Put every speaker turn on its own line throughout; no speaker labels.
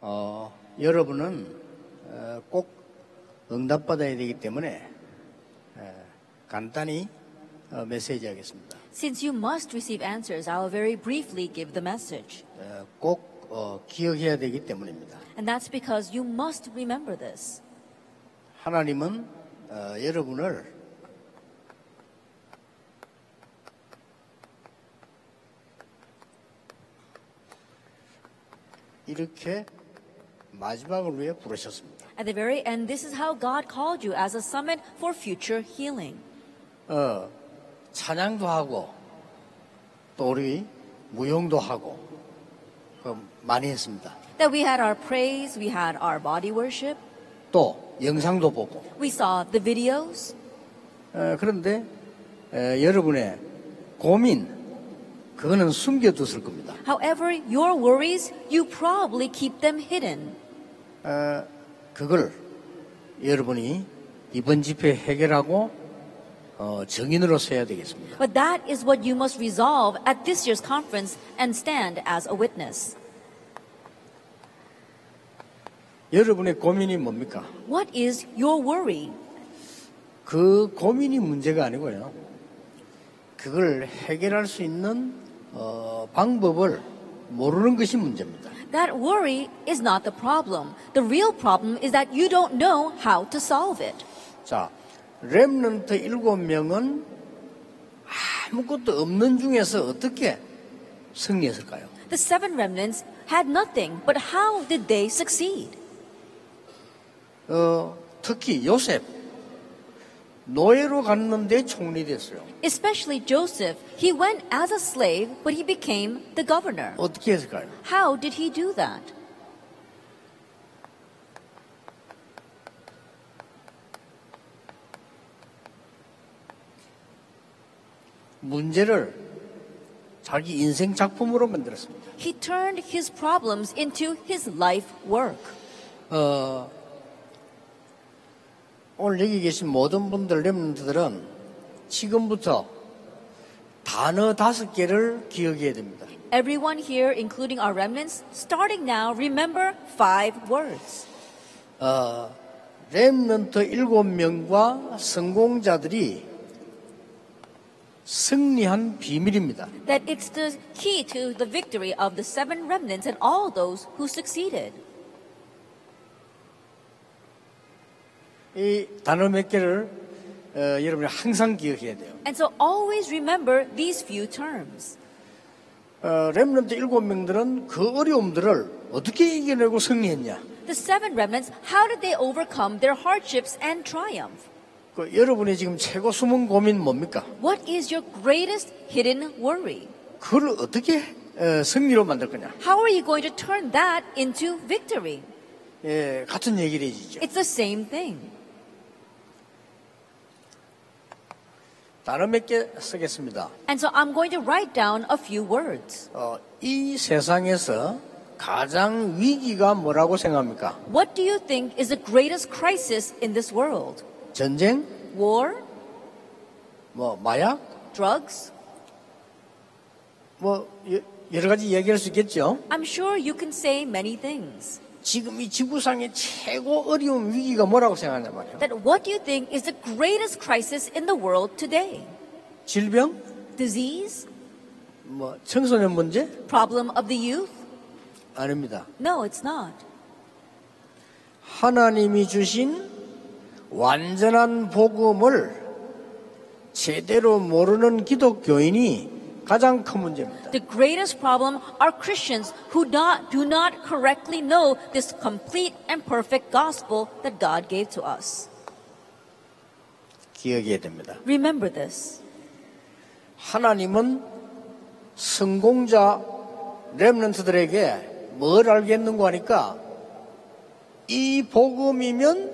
어, 여러분은 어, 꼭 응답받아야 되기 때문에 어, 간단히 어, 메시지하겠습니다.
Since you must receive answers, I'll very briefly give the message.
어, 꼭 어, 기억해야 되기 때문입니다.
And that's because you must remember this.
하나님은 어, 여러분을 이렇게 마지막을 위해 부르셨습니다.
At the very end, this is how God called you as a summit for future healing.
어, 찬양도 하고 또 우리 무용도 하고 그 많이 했습니다.
That we had our praise, we had our body worship,
또 영상도 보고
we saw the videos.
어, 그런데 에, 여러분의 고민 그거는 숨겨두실 겁니다.
However, your worries, you probably keep them hidden.
어, 그걸 여러분이 이번 집회 해결하고 어, 정인으로 서야 되겠습니다.
But that is what you must resolve at this year's conference and stand as a witness.
여러분의 고민이 뭡니까?
What is your worry?
그 고민이 문제가 아니고요. 그걸 해결할 수 있는 어, 방법을 모르는 것이 문제입니다.
That worry is not the problem. The real problem is that you don't know how to solve it.
자, 렘넌트 일곱 명은 아무것도 없는 중에서 어떻게 승리했을까요?
The seven remnants had nothing, but how did they succeed?
어, 특히 요셉 노예로 갔는데 총리 됐어요.
Especially Joseph. He went as a slave, but he became the governor.
어떻게 했을까요?
How did he do that?
문제를 자기 인생 작품으로 만들었습니다.
He turned his problems into his life work.
어, 오늘 여기 계신 모든 분들 렘런트들은 지금부터 단어 다섯 개를 기억해야 됩니다.
Everyone here, including our remnants, starting now, remember five words.
렘넌트 일곱 명과 성공자들이 승리한 비밀입니다.
That it's the key to the victory of the seven remnants and all those who succeeded.
이 단어 몇 개를 어, 여러분이 항상 기억해야 돼요.
And so always remember these few terms.
어, 렘넌트 일곱 명들은 그 어려움들을 어떻게 이겨내고 승리했냐?
The seven remnants, how did they overcome their hardships and triumph?
그 여러분의 지금 최고 숨은 고민 뭡니까?
What is your greatest hidden worry?
그걸 어떻게 어, 승리로 만들 거냐?
How are you going to turn that into victory?
예, 같은 얘기를 해주죠.
It's the same thing.
단어 몇 개 쓰겠습니다.
And so I'm going to write down a few words.
어, 이 세상에서 가장 위기가 뭐라고 생각합니까?
What do you think is the greatest crisis in this world?
전쟁?
War?
뭐 마약?
Drugs?
뭐 여- 여러 가지 얘기할 수 있겠죠.
I'm sure you can say many things.
지금 이 지구상의 최고 어려운 위기가 뭐라고 생각하냐 말이에요.
That what do you think is the greatest crisis in the world today?
질병?
Disease?
뭐 청소년 문제?
Problem of the youth?
아닙니다.
No, it's not.
하나님이 주신 완전한 복음을 제대로 모르는 기독교인이 가장 큰 문제입니다.
The greatest problem are Christians who not, do not correctly know this complete and perfect gospel that God gave to us.
기억해야 됩니다.
Remember this
하나님은 성공자 렘넌트들에게 뭘 알겠는고 하니까 이 복음이면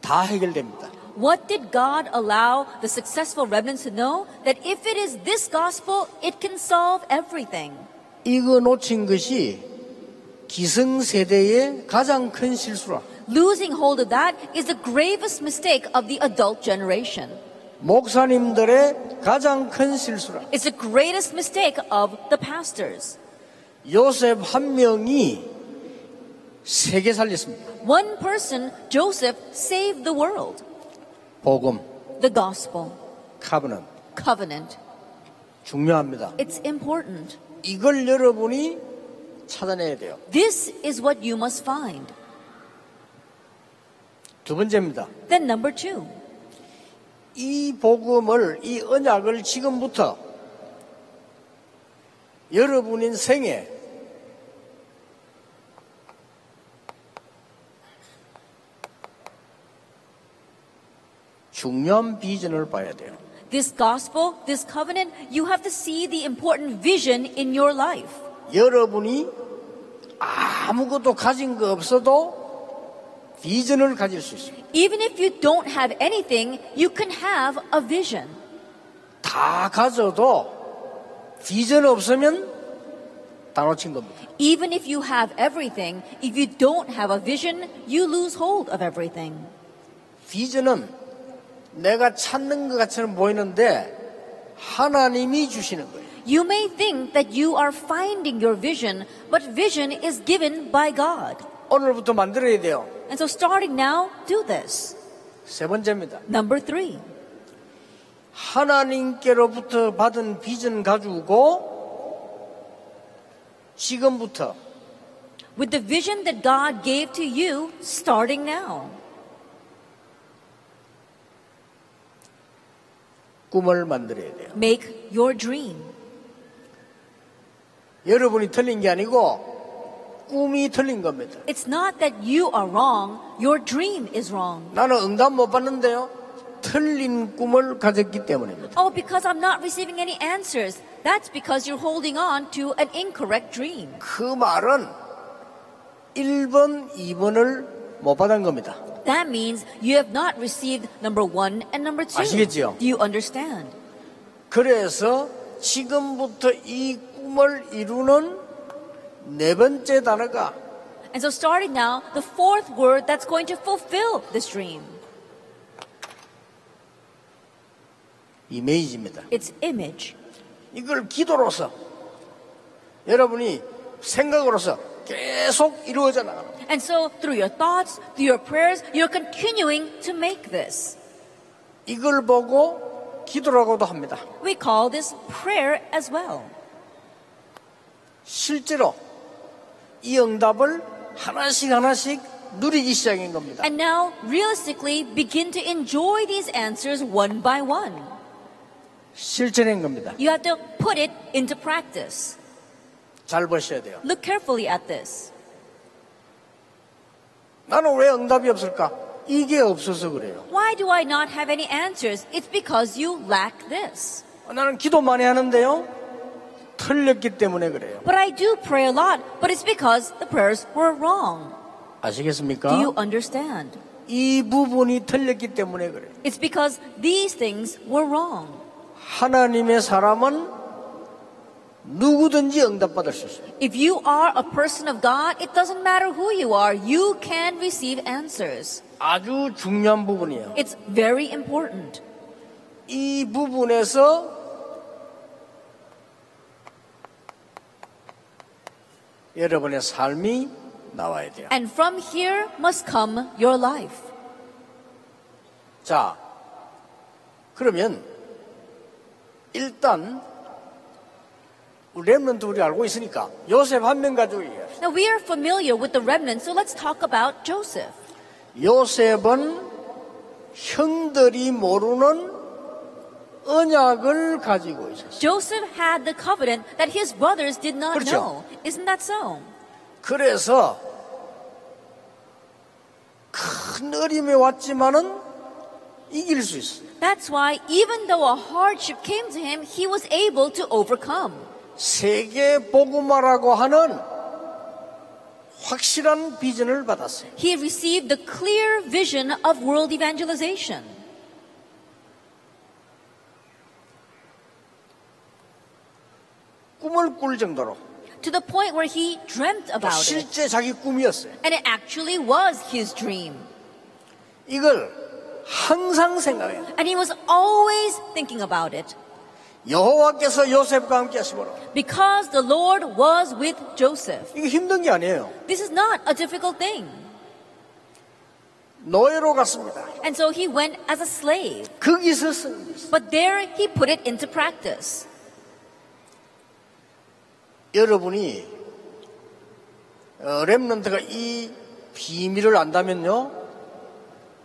다 해결됩니다.
What did God allow the successful remnants to know? That if it is this gospel, it can solve everything.
이거 놓친 것이 기성세대의 가장 큰 실수라.
Losing hold of that is the gravest mistake of the adult generation.
목사님들의 가장 큰 실수라.
It's the greatest mistake of the pastors.
요셉 한 명이 세 개 살렸습니다.
One person, Joseph, saved the world.
복음,
The gospel,
카브는
covenant.
중요합니다.
It's important.
이걸 여러분이 찾아내야 돼요.
This is what you must find.
두 번째입니다.
Then, number two,
이 복음을, 이 언약을 지금부터 여러분 인생에 중요한 비전을 봐야 돼요.
this gospel, this covenant, you have to see the important vision in your life.
여러분이 아무것도 가진 거 없어도 비전을 가질 수 있습니다.
Even if you don't have anything, you can have a vision.
다 가져도 비전 없으면 다 놓친 겁니다.
Even if you have everything, if you don't have a vision, you lose hold of everything.
비전은 내가 찾는 것처럼 보이는데 하나님이 주시는 거예요.
You may think that you are finding your vision, but vision is given by God.
오늘부터 만들어야 돼요.
And so starting now, do this.
세 번째입니다.
Number three,
하나님께로부터 받은 비전 가지고 지금부터
with the vision that God gave to you, starting now,
꿈을 만들어야 돼요.
make your dream.
여러분이 틀린 게 아니고 꿈이 틀린 겁니다.
It's not that you are wrong, your dream is wrong.
나는 응답 못 받는데요. 틀린 꿈을 가졌기 때문입니다.
Oh, because I'm not receiving any answers. That's because you're holding on to an incorrect dream.
그 말은 1번, 2번을 못 받은 겁니다.
That means you have not received number one and number two.
아시겠지요?
Do you understand?
그래서 지금부터 이 꿈을 이루는 네 번째 단어가
And so, starting now, the fourth word that's going to fulfill this dream
이미지입니다.
it's image.
이걸 기도로서 여러분이 생각으로서 계속 이루어져 나가는 거예요.
And so, through your thoughts, through your prayers, you're continuing to make this.
이걸 보고 기도라고도 합니다.
We call this prayer as well.
실제로 이 응답을 하나씩 하나씩 누리기 시작인 겁니다.
And now, realistically, begin to enjoy these answers one by one.
실천인 겁니다.
You have to put it into practice.
잘 보셔야 돼요.
Look carefully at this.
나는 왜 응답이 없을까? 이게 없어서 그래요.
Why do I not have any answers? It's because you lack this.
나는 기도 많이 하는데요. 틀렸기 때문에 그래요.
But I do pray a lot, but it's because the prayers were wrong. Do you
아시겠습니까?
understand?
이 부분이 틀렸기 때문에 그래요.
It's because these things were wrong.
하나님의 사람은 누구든지 응답받을 수 있어요.
If you are a person of God, it doesn't matter who you are, you can receive answers.
아주 중요한 부분이에요.
It's very important.
이 부분에서 여러분의 삶이 나와야 돼요.
And from here must come your life.
자, 그러면 일단 우리 렘런트 우리 알고 있으니까 요셉 한 명 가지고 얘기합시다.
Now we are familiar with the remnant, so let's talk about Joseph.
요셉은 형들이 모르는 언약을 가지고 있었어요.
Joseph had the covenant that his brothers did not
그렇죠.
know. Isn't that so?
그래서 큰 어림에 왔지만은 이길 수 있어요.
That's why, even though a hardship came to him, he was able to overcome.
세계 복음화라고 하는 확실한 비전을 받았어요.
He received the clear vision of world evangelization.
꿈을 꿀 정도로
to the point where he dreamt about it.
실제 자기 꿈이었어요.
And it actually was his dream.
이걸 항상 생각해요.
And he was always thinking about it.
여호와께서 요셉과 함께 하심으로
because the Lord was with Joseph.
이게 힘든 게 아니에요.
This is not a difficult thing.
노예로 갔습니다.
And so he went as a slave,
거기서 쓰는 거예요.
but there he put it into practice.
여러분이 어, 렘런트가 이 비밀을 안다면요,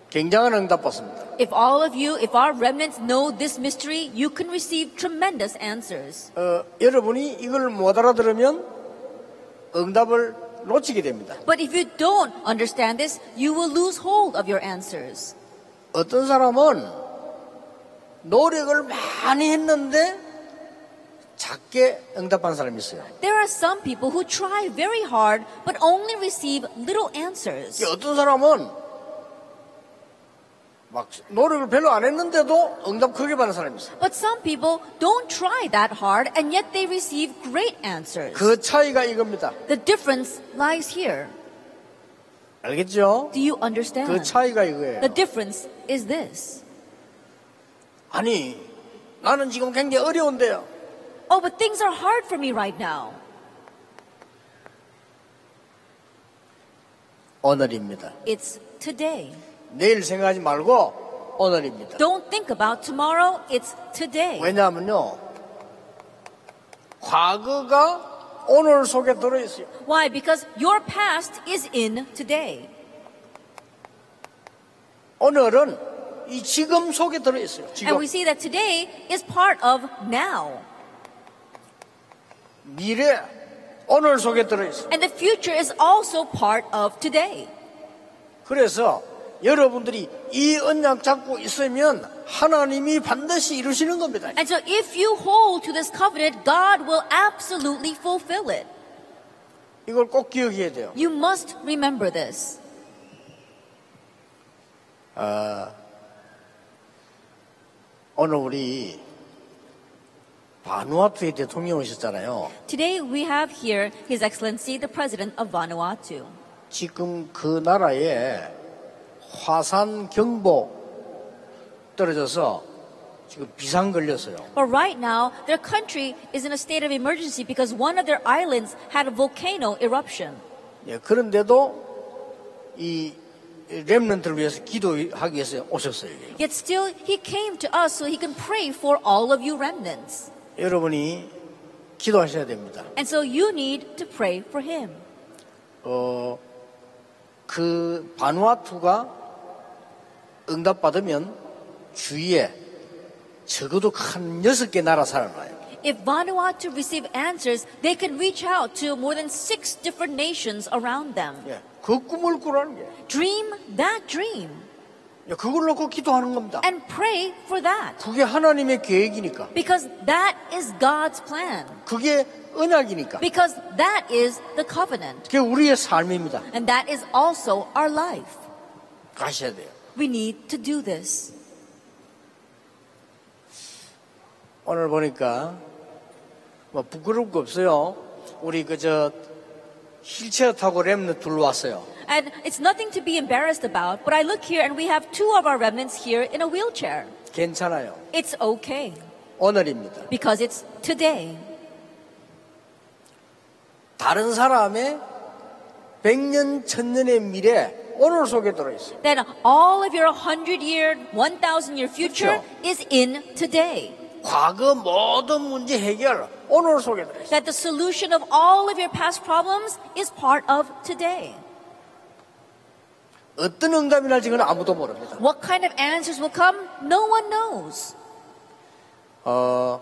굉장한 응답 받습니다.
If all of you, if our remnants know this mystery, you can receive tremendous answers.
어, 여러분이 이걸 못 알아들으면 응답을 놓치게 됩니다.
But if you don't understand this, you will lose hold of your answers.
어떤 사람은 노력을 많이 했는데 작게 응답한 사람이 있어요.
There are some people who try very hard but only receive little answers.
이게 어떤 사람은 막 노력을 별로 안 했는데도 응답 크게 받는 사람이 있어요.
But some people don't try that hard and yet they receive great answers.
그 차이가 이겁니다.
The difference lies here.
알겠죠?
Do you
그
understand?
차이가 이거예요.
The difference is this.
아니, 나는 지금 굉장히 어려운데요.
Oh, but things are hard for me right now.
오늘입니다.
It's today.
내일 생각하지 말고 오늘입니다.
Don't think about tomorrow, it's today.
왜냐하면요, 과거가 오늘 속에 들어있어요.
Why? Because your past is in today.
오늘은 이 지금 속에 들어있어요.
And
지금
we see that today is part of now.
미래 오늘 속에 들어있어요.
And the future is also part of today.
그래서 여러분들이 이 언약 잡고 있으면 하나님이 반드시 이루시는 겁니다.
And so if you hold to this covenant, God will absolutely fulfill it.
이걸 꼭 기억해야 돼요.
You must remember this.
오늘 우리 바누아투의 대통령 오셨잖아요.
Today we have here His Excellency the President of Vanuatu.
지금 그 나라에 화산 경보 떨어져서 지금 비상 걸렸어요.
But right now, their country is in a state of emergency because one of their islands had a volcano eruption.
예, 그런데도 이 렘런트를 위해서 기도하기 위해서 오셨어요. 이게.
Yet still, He came to us so He can pray for all of you remnants.
여러분이 기도하셔야 됩니다.
And so you need to pray for Him.
어, 그 바누아투가 응답받으면 주위에 적어도 한 여섯 개 나라 살아나요.
If Vanuatu receive answers, they can reach out to more than six different nations around them.
예, 그 꿈을 꾸라는 게
Dream that dream
예, 그걸 놓고 기도하는 겁니다.
and pray for that
그게 하나님의 계획이니까.
because that is God's plan,
그게 언약이니까.
because that is the covenant,
그게 우리의 삶입니다.
and that is also our life.
가셔야 돼요.
We need to do this.
오늘 보니까 뭐 부끄러울 거 없어요. 우리 그저 휠체어 타고 램너 둘러왔어요.
And it's nothing to be embarrassed about, but I look here and we have two of our remnants here in a wheelchair.
괜찮아요.
It's okay
오늘입니다.
because it's today.
다른 사람의 백년 천년의 미래 오늘 속에 들어있어요.
Then all of your 100 year, 1,000 year future is in today.
과거 모든 문제 해결 오늘 속에 들어있어요.
That the solution of all of your past problems is part of today.
어떤 응답이 날지는 아무도 모릅니다.
What kind of answers will come? No one knows.
어,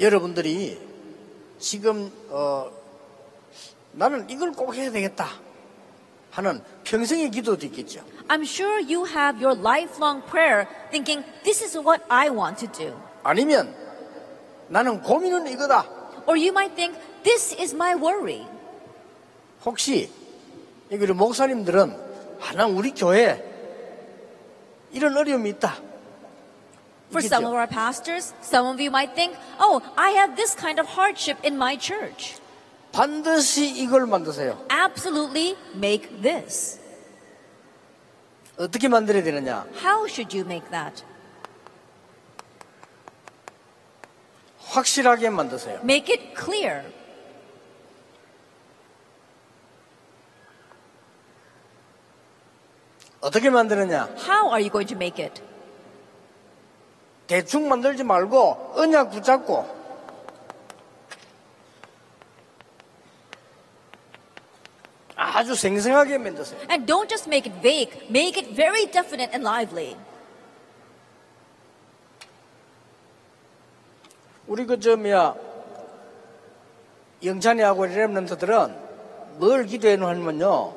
여러분들이 지금 어, 나는 이걸 꼭 해야 되겠다 하는 평생의 기도도 있겠죠.
I'm sure you have your lifelong prayer thinking, this is what I want to do.
아니면 나는 고민은 이거다.
Or you might think, this is my worry.
혹시 여기 우리 목사님들은 아, 난 우리 교회 이런 어려움이 있다.
For some of
있겠죠.
our pastors, some of you might think, oh, I have this kind of hardship in my church.
반드시 이걸 만드세요.
Absolutely make this.
어떻게 만들어야 되느냐?
How should you make that?
확실하게 만드세요.
Make it clear.
어떻게 만드느냐?
How are you going to make it?
대충 만들지 말고 언약 붙잡고 아주 생생하게 만드세요.
And don't just make it vague, make it very definite and lively.
우리 그저 뭐야 영찬이하고 랩런트들은 뭘 기도해놓으면요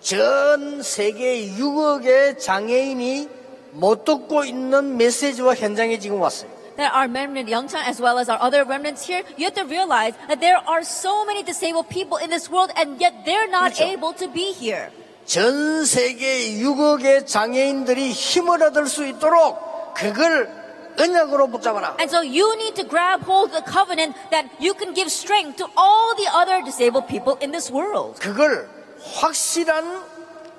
전 세계 6억의 장애인이 못 듣고 있는 메시지와 현장에 지금 왔어요.
That our remnant Yangchang as well as our other remnants here, you have to realize that there are so many disabled people in this world and yet they're not
그렇죠.
able to be here.
전 세계 6억의 장애인들이 힘을 얻을 수 있도록 그걸 언약으로 붙잡아라.
And so you need to grab hold of the covenant that you can give strength to all the other disabled people in this world.
그걸 확실한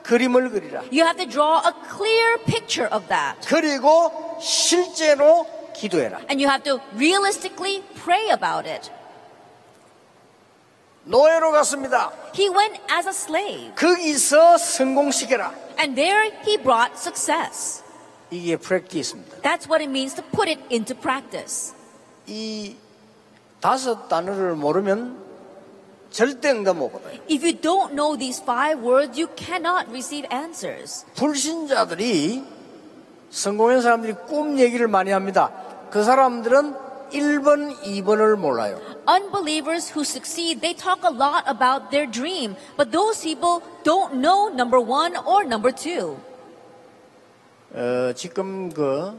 그림을 그리라.
You have to draw a clear picture of that.
그리고 실제로 기도해라.
And you have to realistically pray about it.
노예로 갔습니다.
He went as a slave,
거기서 성공시켜라.
and there he brought success.
이게 프랙티스입니다.
That's what it means to put it into practice.
이 다섯 단어를 모르면 절대 응답 못 받아요.
If you don't know these five words, you cannot receive answers.
불신자들이 성공한 사람들이 꿈 얘기를 많이 합니다. 그 사람들은 1번, 2번을 몰라요.
Unbelievers who succeed, they talk a lot about their dream, but those people don't know number one or number two.
어, 지금 그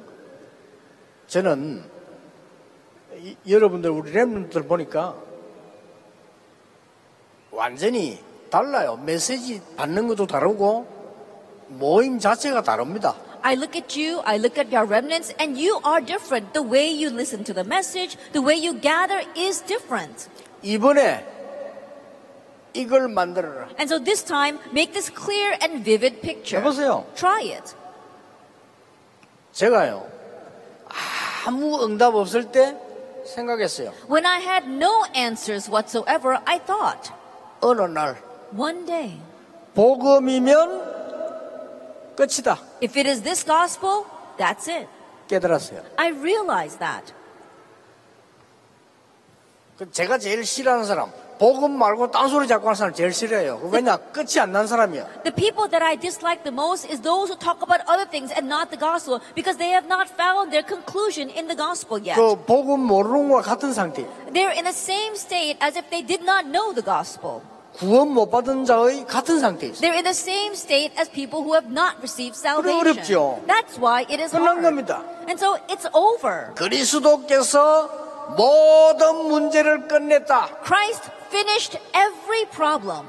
저는 이- 여러분들 우리 랩런들 보니까 완전히 달라요. 메시지 받는 것도 다르고 모임 자체가 다릅니다.
I look at you, I look at your remnants, and you are different. The way you listen to the message, the way you gather is different.
이번에 이걸 만들어라.
And so this time, make this clear and vivid picture.
해보세요.
Try it.
제가요 아무 응답 없을 때 생각했어요.
When I had no answers whatsoever, I thought,
어느 날
one day,
복음이면 끝이다
if it is this gospel, that's it.
깨달았어요.
I realized that.
그 제가 제일 싫어하는 사람 복음 말고 딴소리 자꾸 하는 사람 제일 싫어해요 그 왜냐 끝이 안 난 사람이야
The people that I dislike the most is those who talk about other things and not the gospel because they have not found their conclusion in the gospel yet.
그 복음 모르는 거와 같은 상태
They're in the same state as if they did not know the gospel.
구원 못 받은 자의 같은 상태 있어요
They're in the same state as people who have not received salvation.
어렵죠.
That's why it is
끝난
hard.
겁니다.
And so it's over.
그리스도께서 모든 문제를 끝냈다
Christ finished every problem.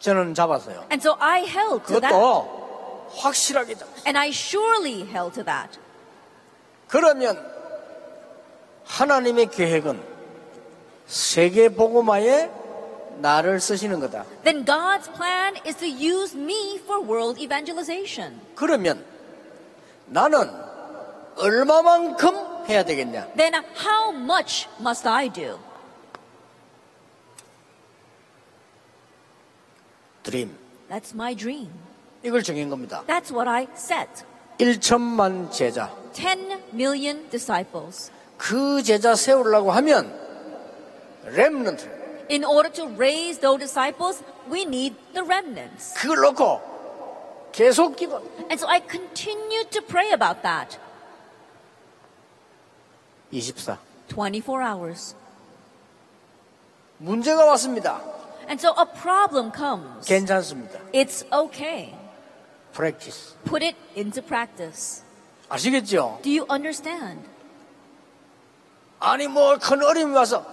저는 잡았어요
And so I held to that.
그것도 확실하게 잡았어요
And I surely held to that.
그러면 하나님의 계획은 세계 복음화에 나를 쓰시는 거다
Then God's plan is to use me for world evangelization.
그러면 나는 얼마만큼 해야 되겠냐
Then how much must I do?
드림
That's my dream.
이걸 정한 겁니다.
That's what I set.
1천만 제자.
10 million disciples.
그 제자 세우려고 하면 렘넌트
In order to raise those disciples, we need the remnants.
그걸 놓고 계속 기도.
And so I continued to pray about that
24.
24 hours.
문제가 왔습니다.
And so a problem comes.
괜찮습니다.
It's okay.
프랙티스.
Put it into practice.
아시겠죠?
Do you understand?
아니 뭐 큰 어려움이 와서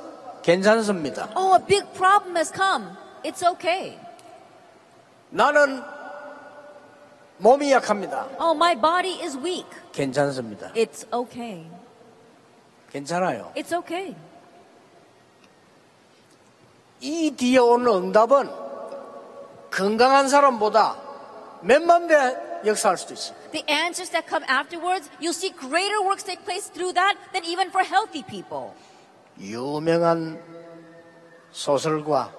괜찮습니다.
Oh, a big problem has come. It's okay.
나는 몸이 약합니다.
Oh, my body is weak.
괜찮습니다.
It's okay.
괜찮아요.
It's okay.
이 뒤에 오는 응답은 건강한 사람보다 몇만 배 역사할 수도 있어요.
The answers that come afterwards, you'll see greater works take place through that than even for healthy people.
유명한 소설가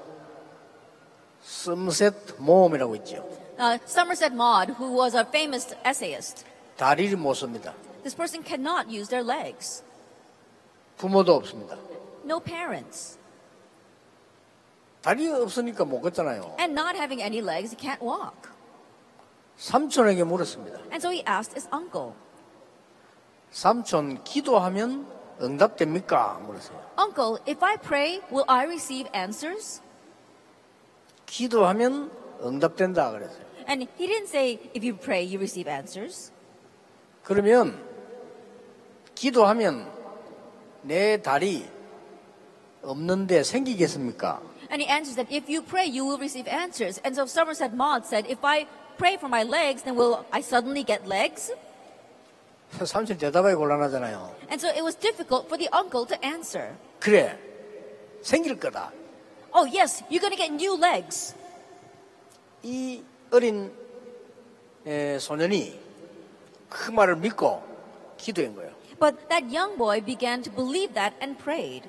썸셋 모험이라고 있죠.
Uh, Somerset Maugham, who was a famous essayist,
다리를 못 씁니다.
this person cannot use their legs.
부모도 없습니다.
No parents.
다리 없으니까 못 걷잖아요.
And not having any legs, he can't walk.
삼촌에게 물었습니다.
And so he asked his uncle,
삼촌 기도하면 응답됩니까? 물었어요.
Uncle, if I pray, will I receive answers?
기도하면 응답된다 그랬어요.
And he didn't say, if you pray, you receive answers.
그러면 기도하면 내 다리 없는데 생기겠습니까?
And he answers that if you pray, you will receive answers. And so Somerset Maugham said, if I pray for my legs, then will I suddenly get legs?
삼촌 대답하기 곤란하잖아요.
And so it was difficult for the uncle to answer.
그래 생길 거다.
Oh, yes, you're going to get new legs.
이 어린 에, 소년이 그 말을 믿고 기도한 거예요.
But that young boy began to believe that and prayed.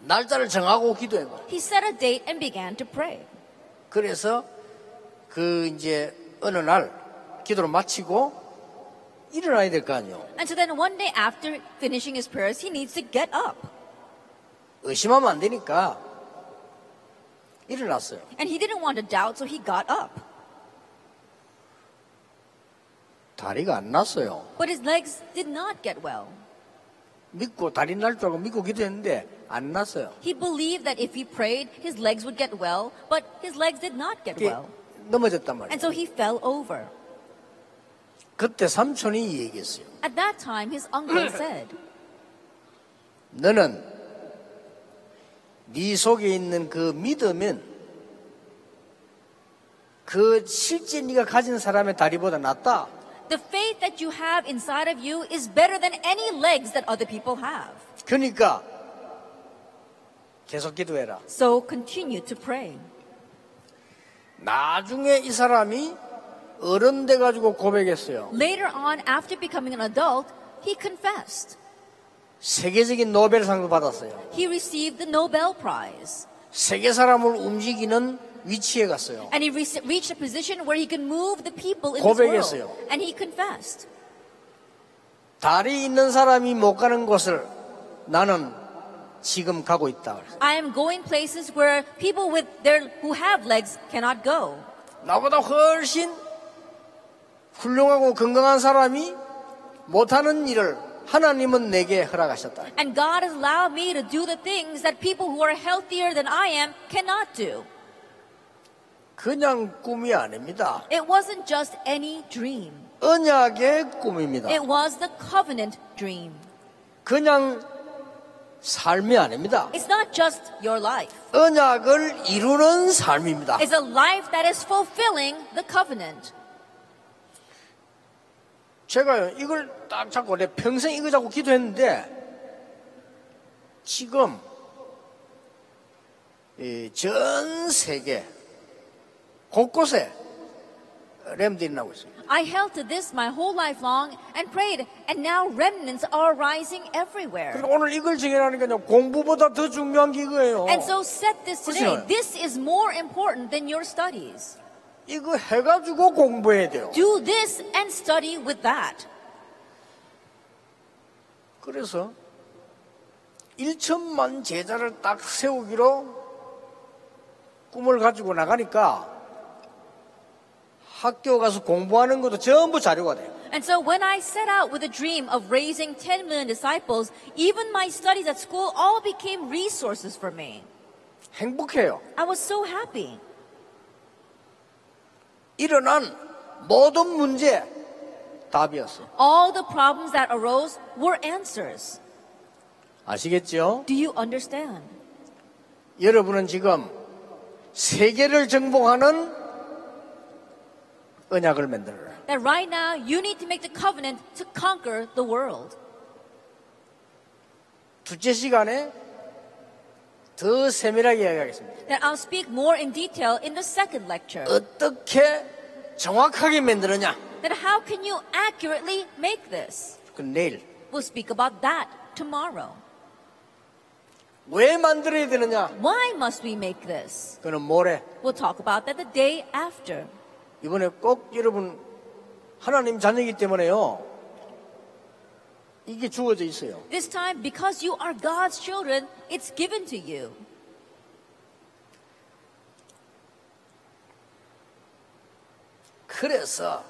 날짜를 정하고 기도한 거예요.
He set a date and began to pray.
그래서 그 이제 어느 날 기도를 마치고 일어나야 될 거 아니에요.
And so then one day after finishing his prayers, he needs to get up.
의심하면 안 되니까 일어났어요.
And he didn't want to doubt, so he got up.
다리가 안 났어요.
But his legs did not get well.
믿고 다리 날 줄 알고 믿고 기도했는데 안 났어요.
He believed that if he prayed, his legs would get well, but his legs did not get
이게
well.
넘어졌단 말이에요.
예. And so he fell over.
그때 삼촌이 얘기했어요.
At that time, his uncle said,
너는 네 속에 있는 그 믿음은 그 실제 네가 가진 사람의 다리보다 낫다.
The faith that you have inside of you is better than any legs that other people have.
그러니까 계속 기도해라.
So continue to pray.
나중에 이 사람이 어른 돼 가지고 고백했어요.
Later on, after becoming an adult, he confessed.
세계적인 노벨상도 받았어요.
He received the Nobel Prize.
세계 사람을 움직이는 위치에 갔어요.
And he re- reached a position where he could move the people in this
고백했어요.
world. And he confessed.
다리 있는 사람이 못 가는 곳을 나는 지금 가고 있다. 그랬어요.
I am going places where people with their who have legs cannot go.
나보다 훨씬 훌륭하고 건강한 사람이 못하는 일을 하나님은 내게 허락하셨다.
And God has allowed me to do the things that people who are healthier than I am cannot do.
그냥 꿈이 아닙니다.
It wasn't just any dream.
언약의 꿈입니다.
It was the covenant dream.
그냥 삶이 아닙니다.
It's not just your life.
언약을 이루는 삶입니다.
It's a life that is fulfilling the covenant.
제가 이걸 딱 잡고 내 평생 이거 잡고 기도했는데 지금 이 전 세계 곳곳에 램들이 나오고 있습니다.
I held to this my whole life long and prayed, and now remnants are rising everywhere.
그러니까 오늘 이걸 정해라니까요. 공부보다 더 중요한 게 이거예요.
And so set this today.
그렇죠.
This is more important than your studies.
이거 해가지고 공부해야 돼요.
Do this and study with that.
그래서 1천만 제자를 딱 세우기로 꿈을 가지고 나가니까 학교 가서 공부하는 것도 전부 자료가 돼요.
And so when I set out with a dream of raising 10 million disciples, even my studies at school all became resources for me.
행복해요.
I was so happy.
일어난 모든 문제 답이었어요.
All the problems that arose were answers.
아시겠죠?
Do you understand?
여러분은 지금 세계를 정복하는 언약을 만들어라.
That right now you need to make the covenant to conquer the world.
둘째 시간에 더 세밀하게 이야기하겠습니다.
That I'll speak more in detail in the second lecture.
어떻게 정확하게 만드느냐?
then how can you accurately make this?
그 내일
We'll speak about that tomorrow.
왜 만들어야 되느냐?
Why must we make this?
그는 모레
We'll talk about that the day after.
이번에 꼭 여러분 하나님 자녀이기 때문에요. 이게 주어져 있어요.
This time, because you are God's children, it's given to you.
그래서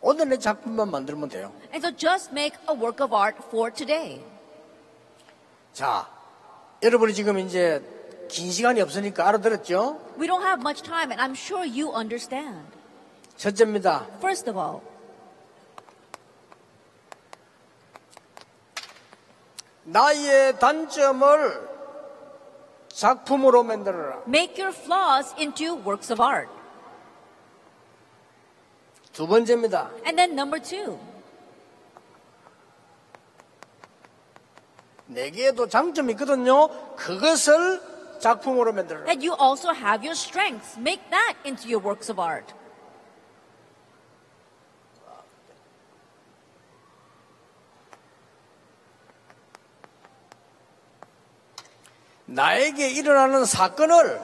오늘 내 작품만 만들면 돼요.
And so just make a work of art for today.
자, 여러분이 지금 이제 긴 시간이 없으니까 알아들었죠?
We don't have much time, and I'm sure you understand.
첫째입니다.
First of all,
나의 단점을 작품으로 만들어라.
make your flaws into works of art.
두 번째입니다.
And then number two,
내게도 장점이 있거든요. 그것을 작품으로 만들어라.
that you also have your strengths. Make that into your works of art.
나에게 일어나는 사건을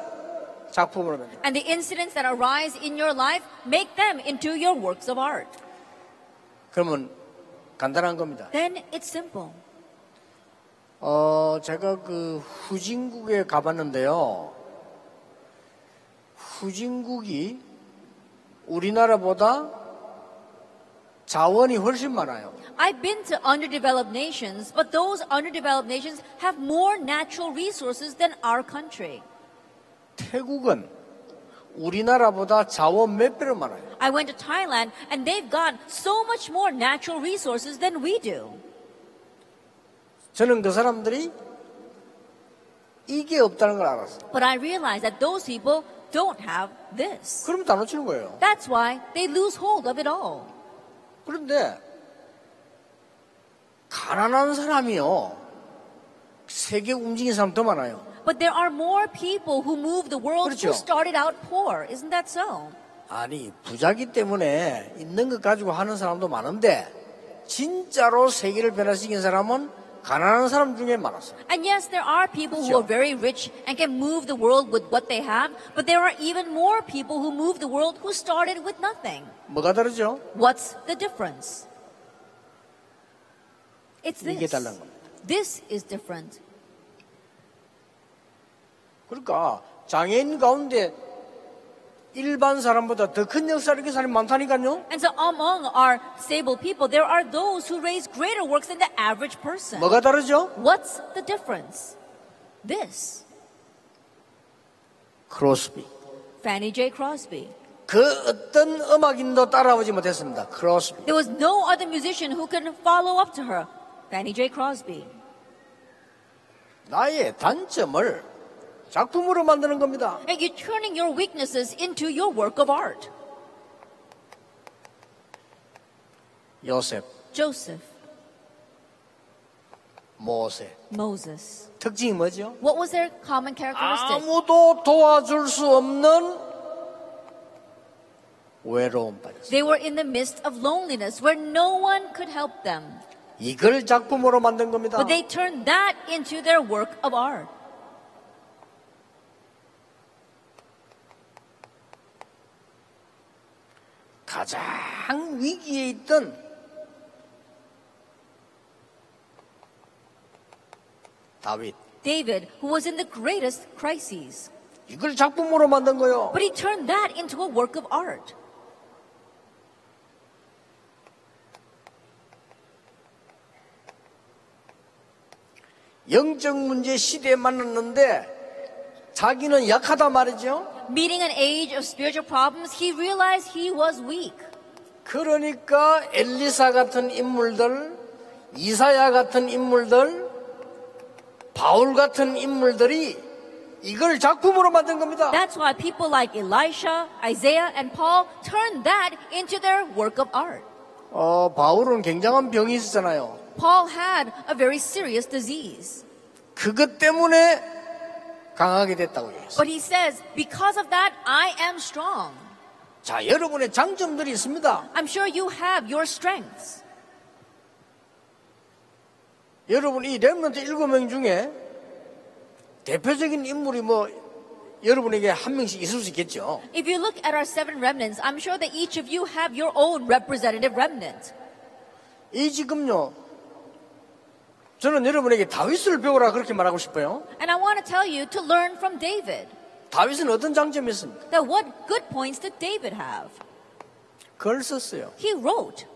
작품으로 만들어라.
And the incidents that arise in your life, make them into your works of art.
그러면 간단한 겁니다.
Then it's simple.
어, 제가 그 후진국에 가봤는데요. 후진국이 우리나라보다 자원이 훨씬 많아요.
I've been to underdeveloped nations, but those underdeveloped nations have more natural resources than our country.
태국은 우리나라보다 자원 몇 배로 많아요.
I went to Thailand, and they've got so much more natural resources than we do.
저는 그 사람들이 이게 없다는 걸 알았어요.
But I realized that those people don't have this.
그럼 다 놓치는 거예요.
That's why they lose hold of it all.
그런데 가난한 사람이요. 세계 움직이는 사람 더 많아요.
But there are more people who move the world who
그렇죠.
started out poor. Isn't that so?
아니 부자기 때문에 있는 것 가지고 하는 사람도 많은데 진짜로 세계를 변화시킨 사람은 가난한 사람 중에 많았어요.
And yes, there are people who
그렇죠.
are very rich and can move the world with what they have, but there are even more people who move the world who started with nothing.
뭐가 다르죠?
What's the difference? It's
이게
this.
달라는 겁니다.
This is different.
그러니까 장애인 가운데 일반 사람보다 더 큰 역사를 이렇게 사람이 많다니까요.
And so among our stable people, there are those who raise greater works than the average person.
뭐가 다르죠?
What's the difference? This.
크로스비.
Fanny J. Crosby.
그 어떤 음악인도 따라오지 못했습니다. 크로스비.
There was no other musician who could follow up to her. Fanny J. Crosby.
나의 단점을 작품으로 만드는 겁니다.
And you're turning your weaknesses into your work of art.
요셉,
Joseph,
모세.
Moses.
특징이 뭐죠?
What was their common characteristic?
Um, 아무도 도와줄 수 없는 외로움 빠졌어요.
They were in the midst of loneliness where no one could help them.
이걸 작품으로 만든 겁니다.
But they turned that into their work of art.
가장 위기에 있던 다윗
David, who was in the greatest crises.
이걸 작품으로 만든 거요.
But he turned that into a work of art.
영적 문제 시대에 만났는데 자기는 약하다 말이죠.
Meeting an age of spiritual problems, he realized he was weak.
그러니까 엘리사 같은 인물들, 이사야 같은 인물들, 바울 같은 인물들이 이걸 작품으로 만든 겁니다.
That's why people like Elisha, Isaiah, and Paul turned that into their work of art.
어, 바울은 굉장한 병이 있었잖아요.
Paul had a very serious disease.
그것 때문에 강하게 됐다고 얘기했어요.
But he says, because of that, I am strong.
자, 여러분의 장점들이 있습니다.
I'm sure you have your strengths.
여러분 이 렘넌트 일곱 명 중에 대표적인 인물이 뭐 여러분에게 한 명씩 있을 수 있겠죠.
If you look at our seven remnants, I'm sure that each of you have your own representative remnant.
이 지금요. 저는 여러분에게 다윗을 배우라 그렇게 말하고 싶어요.
And I want to tell you to learn from David
다윗은 어떤 장점이 있습니까?
that what good points did David have?
글 썼어요.
He wrote.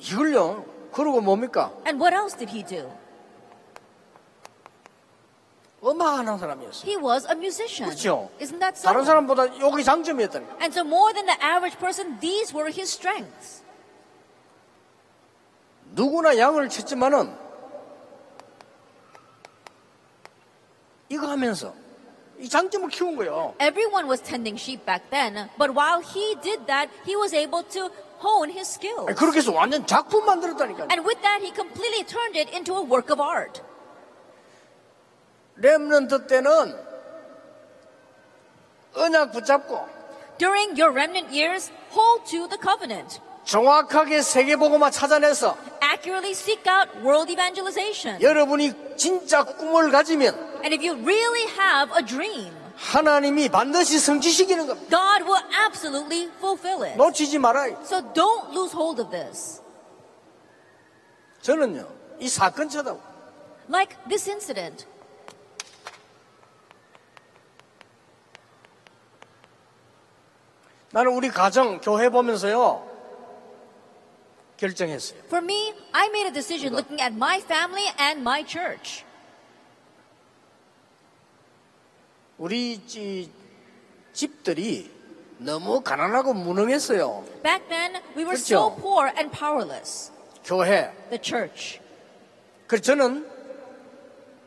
이걸요. 그러고 뭡니까?
And what else did he do?
음악하는 사람이었어요.
He was a musician.
그렇죠.
Isn't that so?
다른 사람보다 여기 장점이었다니까.
And so, more than the average person, these were his strengths.
누구나 양을 쳤지만은 이거 하면서 이 장점을 키운 거예요.
Everyone was tending sheep back then, but while he did that, he was able to hone his skills.
아니, 그렇게 해서 완전 작품 만들었다니까요.
And with that, he completely turned it into a work of art.
렘넌트 때는 언약 붙잡고
During your remnant years, hold to the covenant.
정확하게 세계보고만 찾아내서
Accurately seek out world evangelization.
여러분이 진짜 꿈을 가지면
And if you really have a dream,
하나님이 반드시 성취시키는 겁니다.
God will absolutely fulfill it.
놓치지 말아요.
So don't lose hold of this.
저는요, 이 사건 쳐다고
Like this incident,
나는 우리 가정, 교회 보면서요, 결정했어요.
for me, I made a decision looking at my family and my church.
우리 이 집들이 너무 가난하고 무능했어요.
Back then, we were so
그렇죠.
poor and powerless.
교회.
The church.
그래서 저는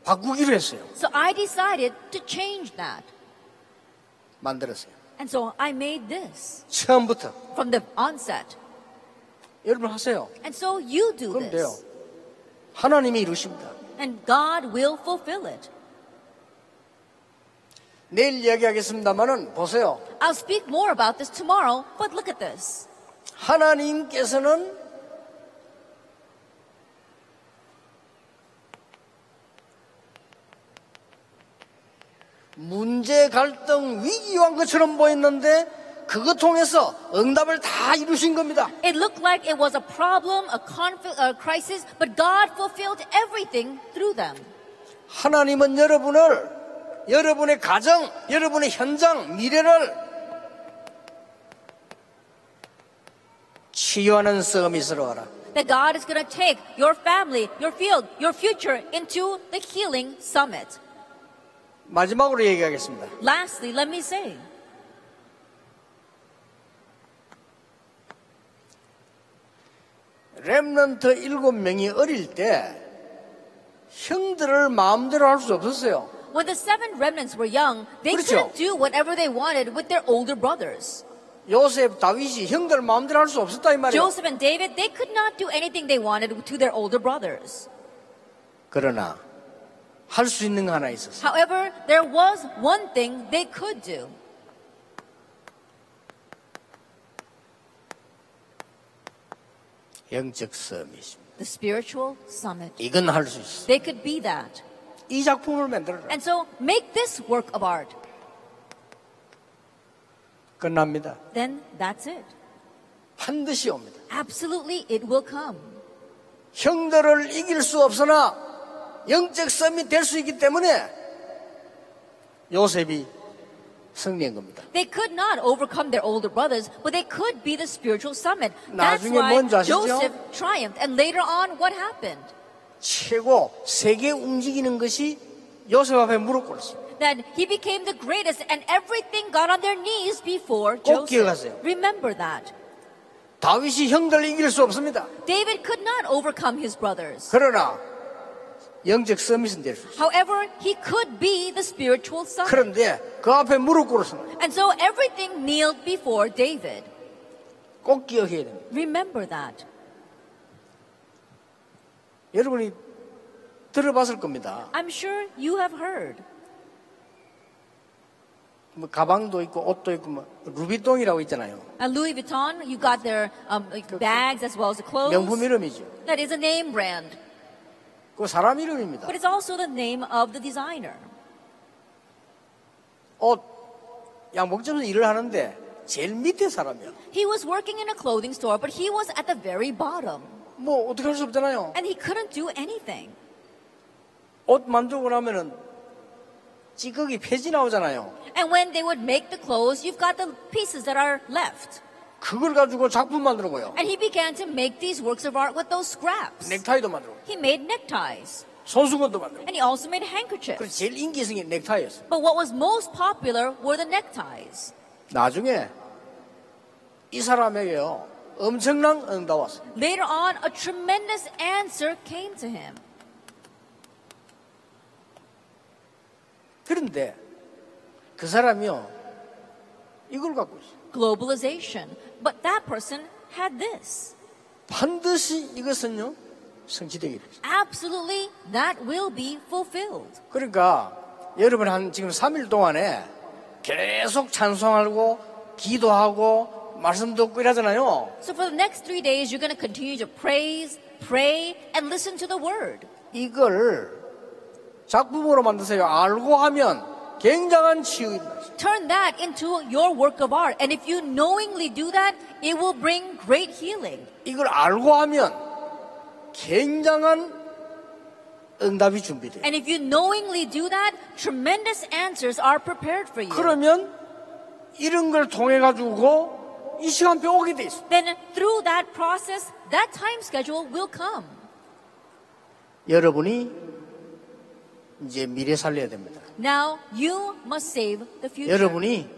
바꾸기로 했어요.
So I decided to change that.
만들었어요.
And so I made this
처음부터.
from the onset.
여러분 하세요.
And so you do
그럼 돼요.
this.
하나님이 이루십니다.
And God will fulfill it.
내일 이야기하겠습니다만은 보세요.
I'll speak more about this tomorrow, but look at this.
하나님께서는 문제, 갈등, 위기와 한 것처럼 보였는데 그것 통해서 응답을 다 이루신 겁니다.
It looked like it was a problem, a conflict, a crisis, but God fulfilled everything through them.
하나님은 여러분을 여러분의 가정, 여러분의 현장, 미래를 치유하는 서밋으로 하라.
That God is going to take your family, your field, your future into the healing summit.
마지막으로 얘기하겠습니다.
Lastly, let me say,
렘넌트 일곱 명이 어릴 때 형들을 마음대로 할 수 없었어요.
When the seven remnants were young, they
그렇죠.
couldn't do whatever they wanted with their older brothers.
요셉, 다윗이 형들 마음대로 할 수 없었다 이 말이에요.
Joseph and David, they could not do anything they wanted to their older brothers.
그러나 할 수 있는 거 하나 있었어요.
However, there was one thing they could do.
영적 서밋입니다.
The spiritual summit.
이건 할 수 있어요.
They could be that.
이 작품을 만들어라.
And so make this work of art.
끝납니다.
Then that's it.
반드시 옵니다.
Absolutely, it will come.
형들을 이길 수 없으나 영적 썸이 될 수 있기 때문에 요셉이 승리한 겁니다.
They could not overcome their older brothers, but they could be the spiritual summit. That's
나중에
why
뭔지 아시죠?
Joseph triumphed. And later on, what happened?
최고 세계 움직이는 것이 요셉 앞에 무릎 꿇었습니다.
Then he became the greatest, and everything got on their knees before
꼭
Joseph.
기억하세요.
Remember that.
다윗이 형들을 이길 수 없습니다.
David could not overcome his brothers.
그러나 영적 서밋은 될 수 있어요.
However, he could be the spiritual son.
그런데 그 앞에 무릎 꿇었습니다.
And so everything kneeled before David.
꼭 기억해야 됩니다.
Remember that.
여러분이 들어봤을 겁니다.
I'm sure you have heard.
뭐 가방도 있고 옷도 있고 뭐 루비똥이라고 있잖아요.
At Louis Vuitton, you got their um, like bags as well as the
명품
clothes.
이름이죠.
That is a name brand,
그 사람 이름입니다.
but it's also the name of the designer.
옷 양복점에서 일을 하는데 제일 밑에 사람이야.
He was working in a clothing store, but he was at the very bottom,
뭐 어떻게 할 수 없잖아요.
and he couldn't do anything.
옷 만들고 나면은 찌꺼기 폐지 나오잖아요.
And when they would make the clothes, you've got the pieces that are left.
그걸 가지고 작품 만들고요.
And he began to make these works of art with those scraps.
넥타이도 만들고
He made neckties,
손수건도 만들고.
and he also made
그래서
handkerchiefs.
제일 인기성이 넥타이였어요.
But what was most popular were the neckties.
나중에 이 사람에게요 엄청난 응답 왔어요.
Later on, a tremendous answer came to him.
그런데 그 사람이요 이걸 갖고 있어요.
globalization. But that person had this.
반드시 이것은요 성취되기로 했어요.
Absolutely, that will be fulfilled.
그러니까 여러분 한 지금 3일 동안에 계속 찬송하고 기도하고 말씀 듣고 이러잖아요.
So for the next three days, you're going to continue to praise, pray, and listen to the word.
이걸 작품으로 만드세요. 알고 하면 굉장한 치유입니다.
Turn that into your work of art. And if you knowingly do that, it will bring great healing.
이걸 알고 하면 굉장한 응답이 준비돼요.
And if you knowingly do that, tremendous answers are prepared for you.
그러면 이런 걸 통해 가지고 이 시간표 오게 돼 있어.
Then through that process, that time schedule will come.
여러분이 이제 미래 살려야 됩니다.
Now you must save the future.
여러분이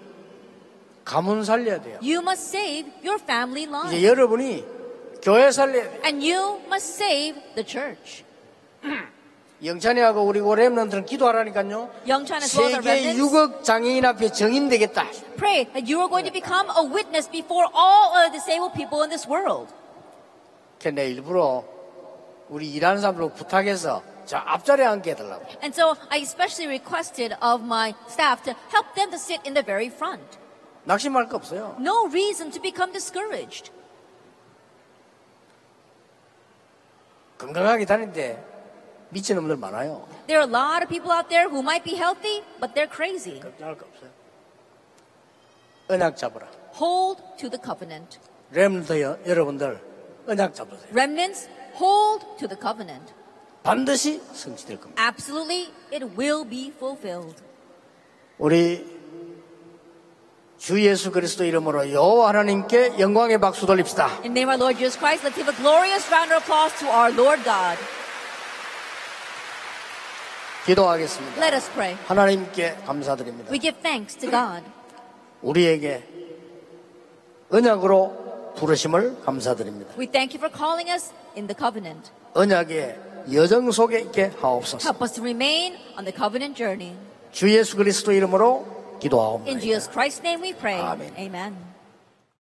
가문 살려야 돼요.
You must save your family
이제
line.
여러분이 교회 살려야 돼요.
And you must save the church.
영찬이하고 우리 고렘런들은 기도하라니까요.
영찬 as well as the
세계
remnants.
6억 장애인 앞에 정인되겠다.
Pray that you are going to become a witness before all other disabled people in this world.
그내 일부러 우리 일하는 사람으로 부탁해서 저 앞자리에 앉게 해달라고.
And so I especially requested of my staff to help them to sit in the very front.
낙심할 거 없어요.
No reason to become discouraged.
건강하게 다니는데 미친 놈들 많아요.
There are a lot of people out there who might be healthy, but they're crazy.
걱정할 거 없어요. 언약 잡으라.
Hold to the covenant.
렘더 여- 여러분들 언약 잡으세요.
Remnants, hold to the covenant.
반드시 성취될 겁니다.
Absolutely, it will be fulfilled.
우리 주 예수 그리스도 이름으로 여호와 하나님께 영광의 박수 돌립시다.
In the name of our Lord Jesus Christ, let's give a glorious round of applause to our Lord God.
기도하겠습니다.
Let us pray.
하나님께 감사드립니다.
We give thanks to God
우리에게 언약으로 부르심을 감사드립니다.
We thank you for calling us in the covenant.
언약의 여정 속에 있게 하옵소서.
Help us to remain on the covenant journey.
주 예수 그리스도 이름으로
In
기도하옵나이다.
Jesus Christ's name we pray.
Amen.
Amen.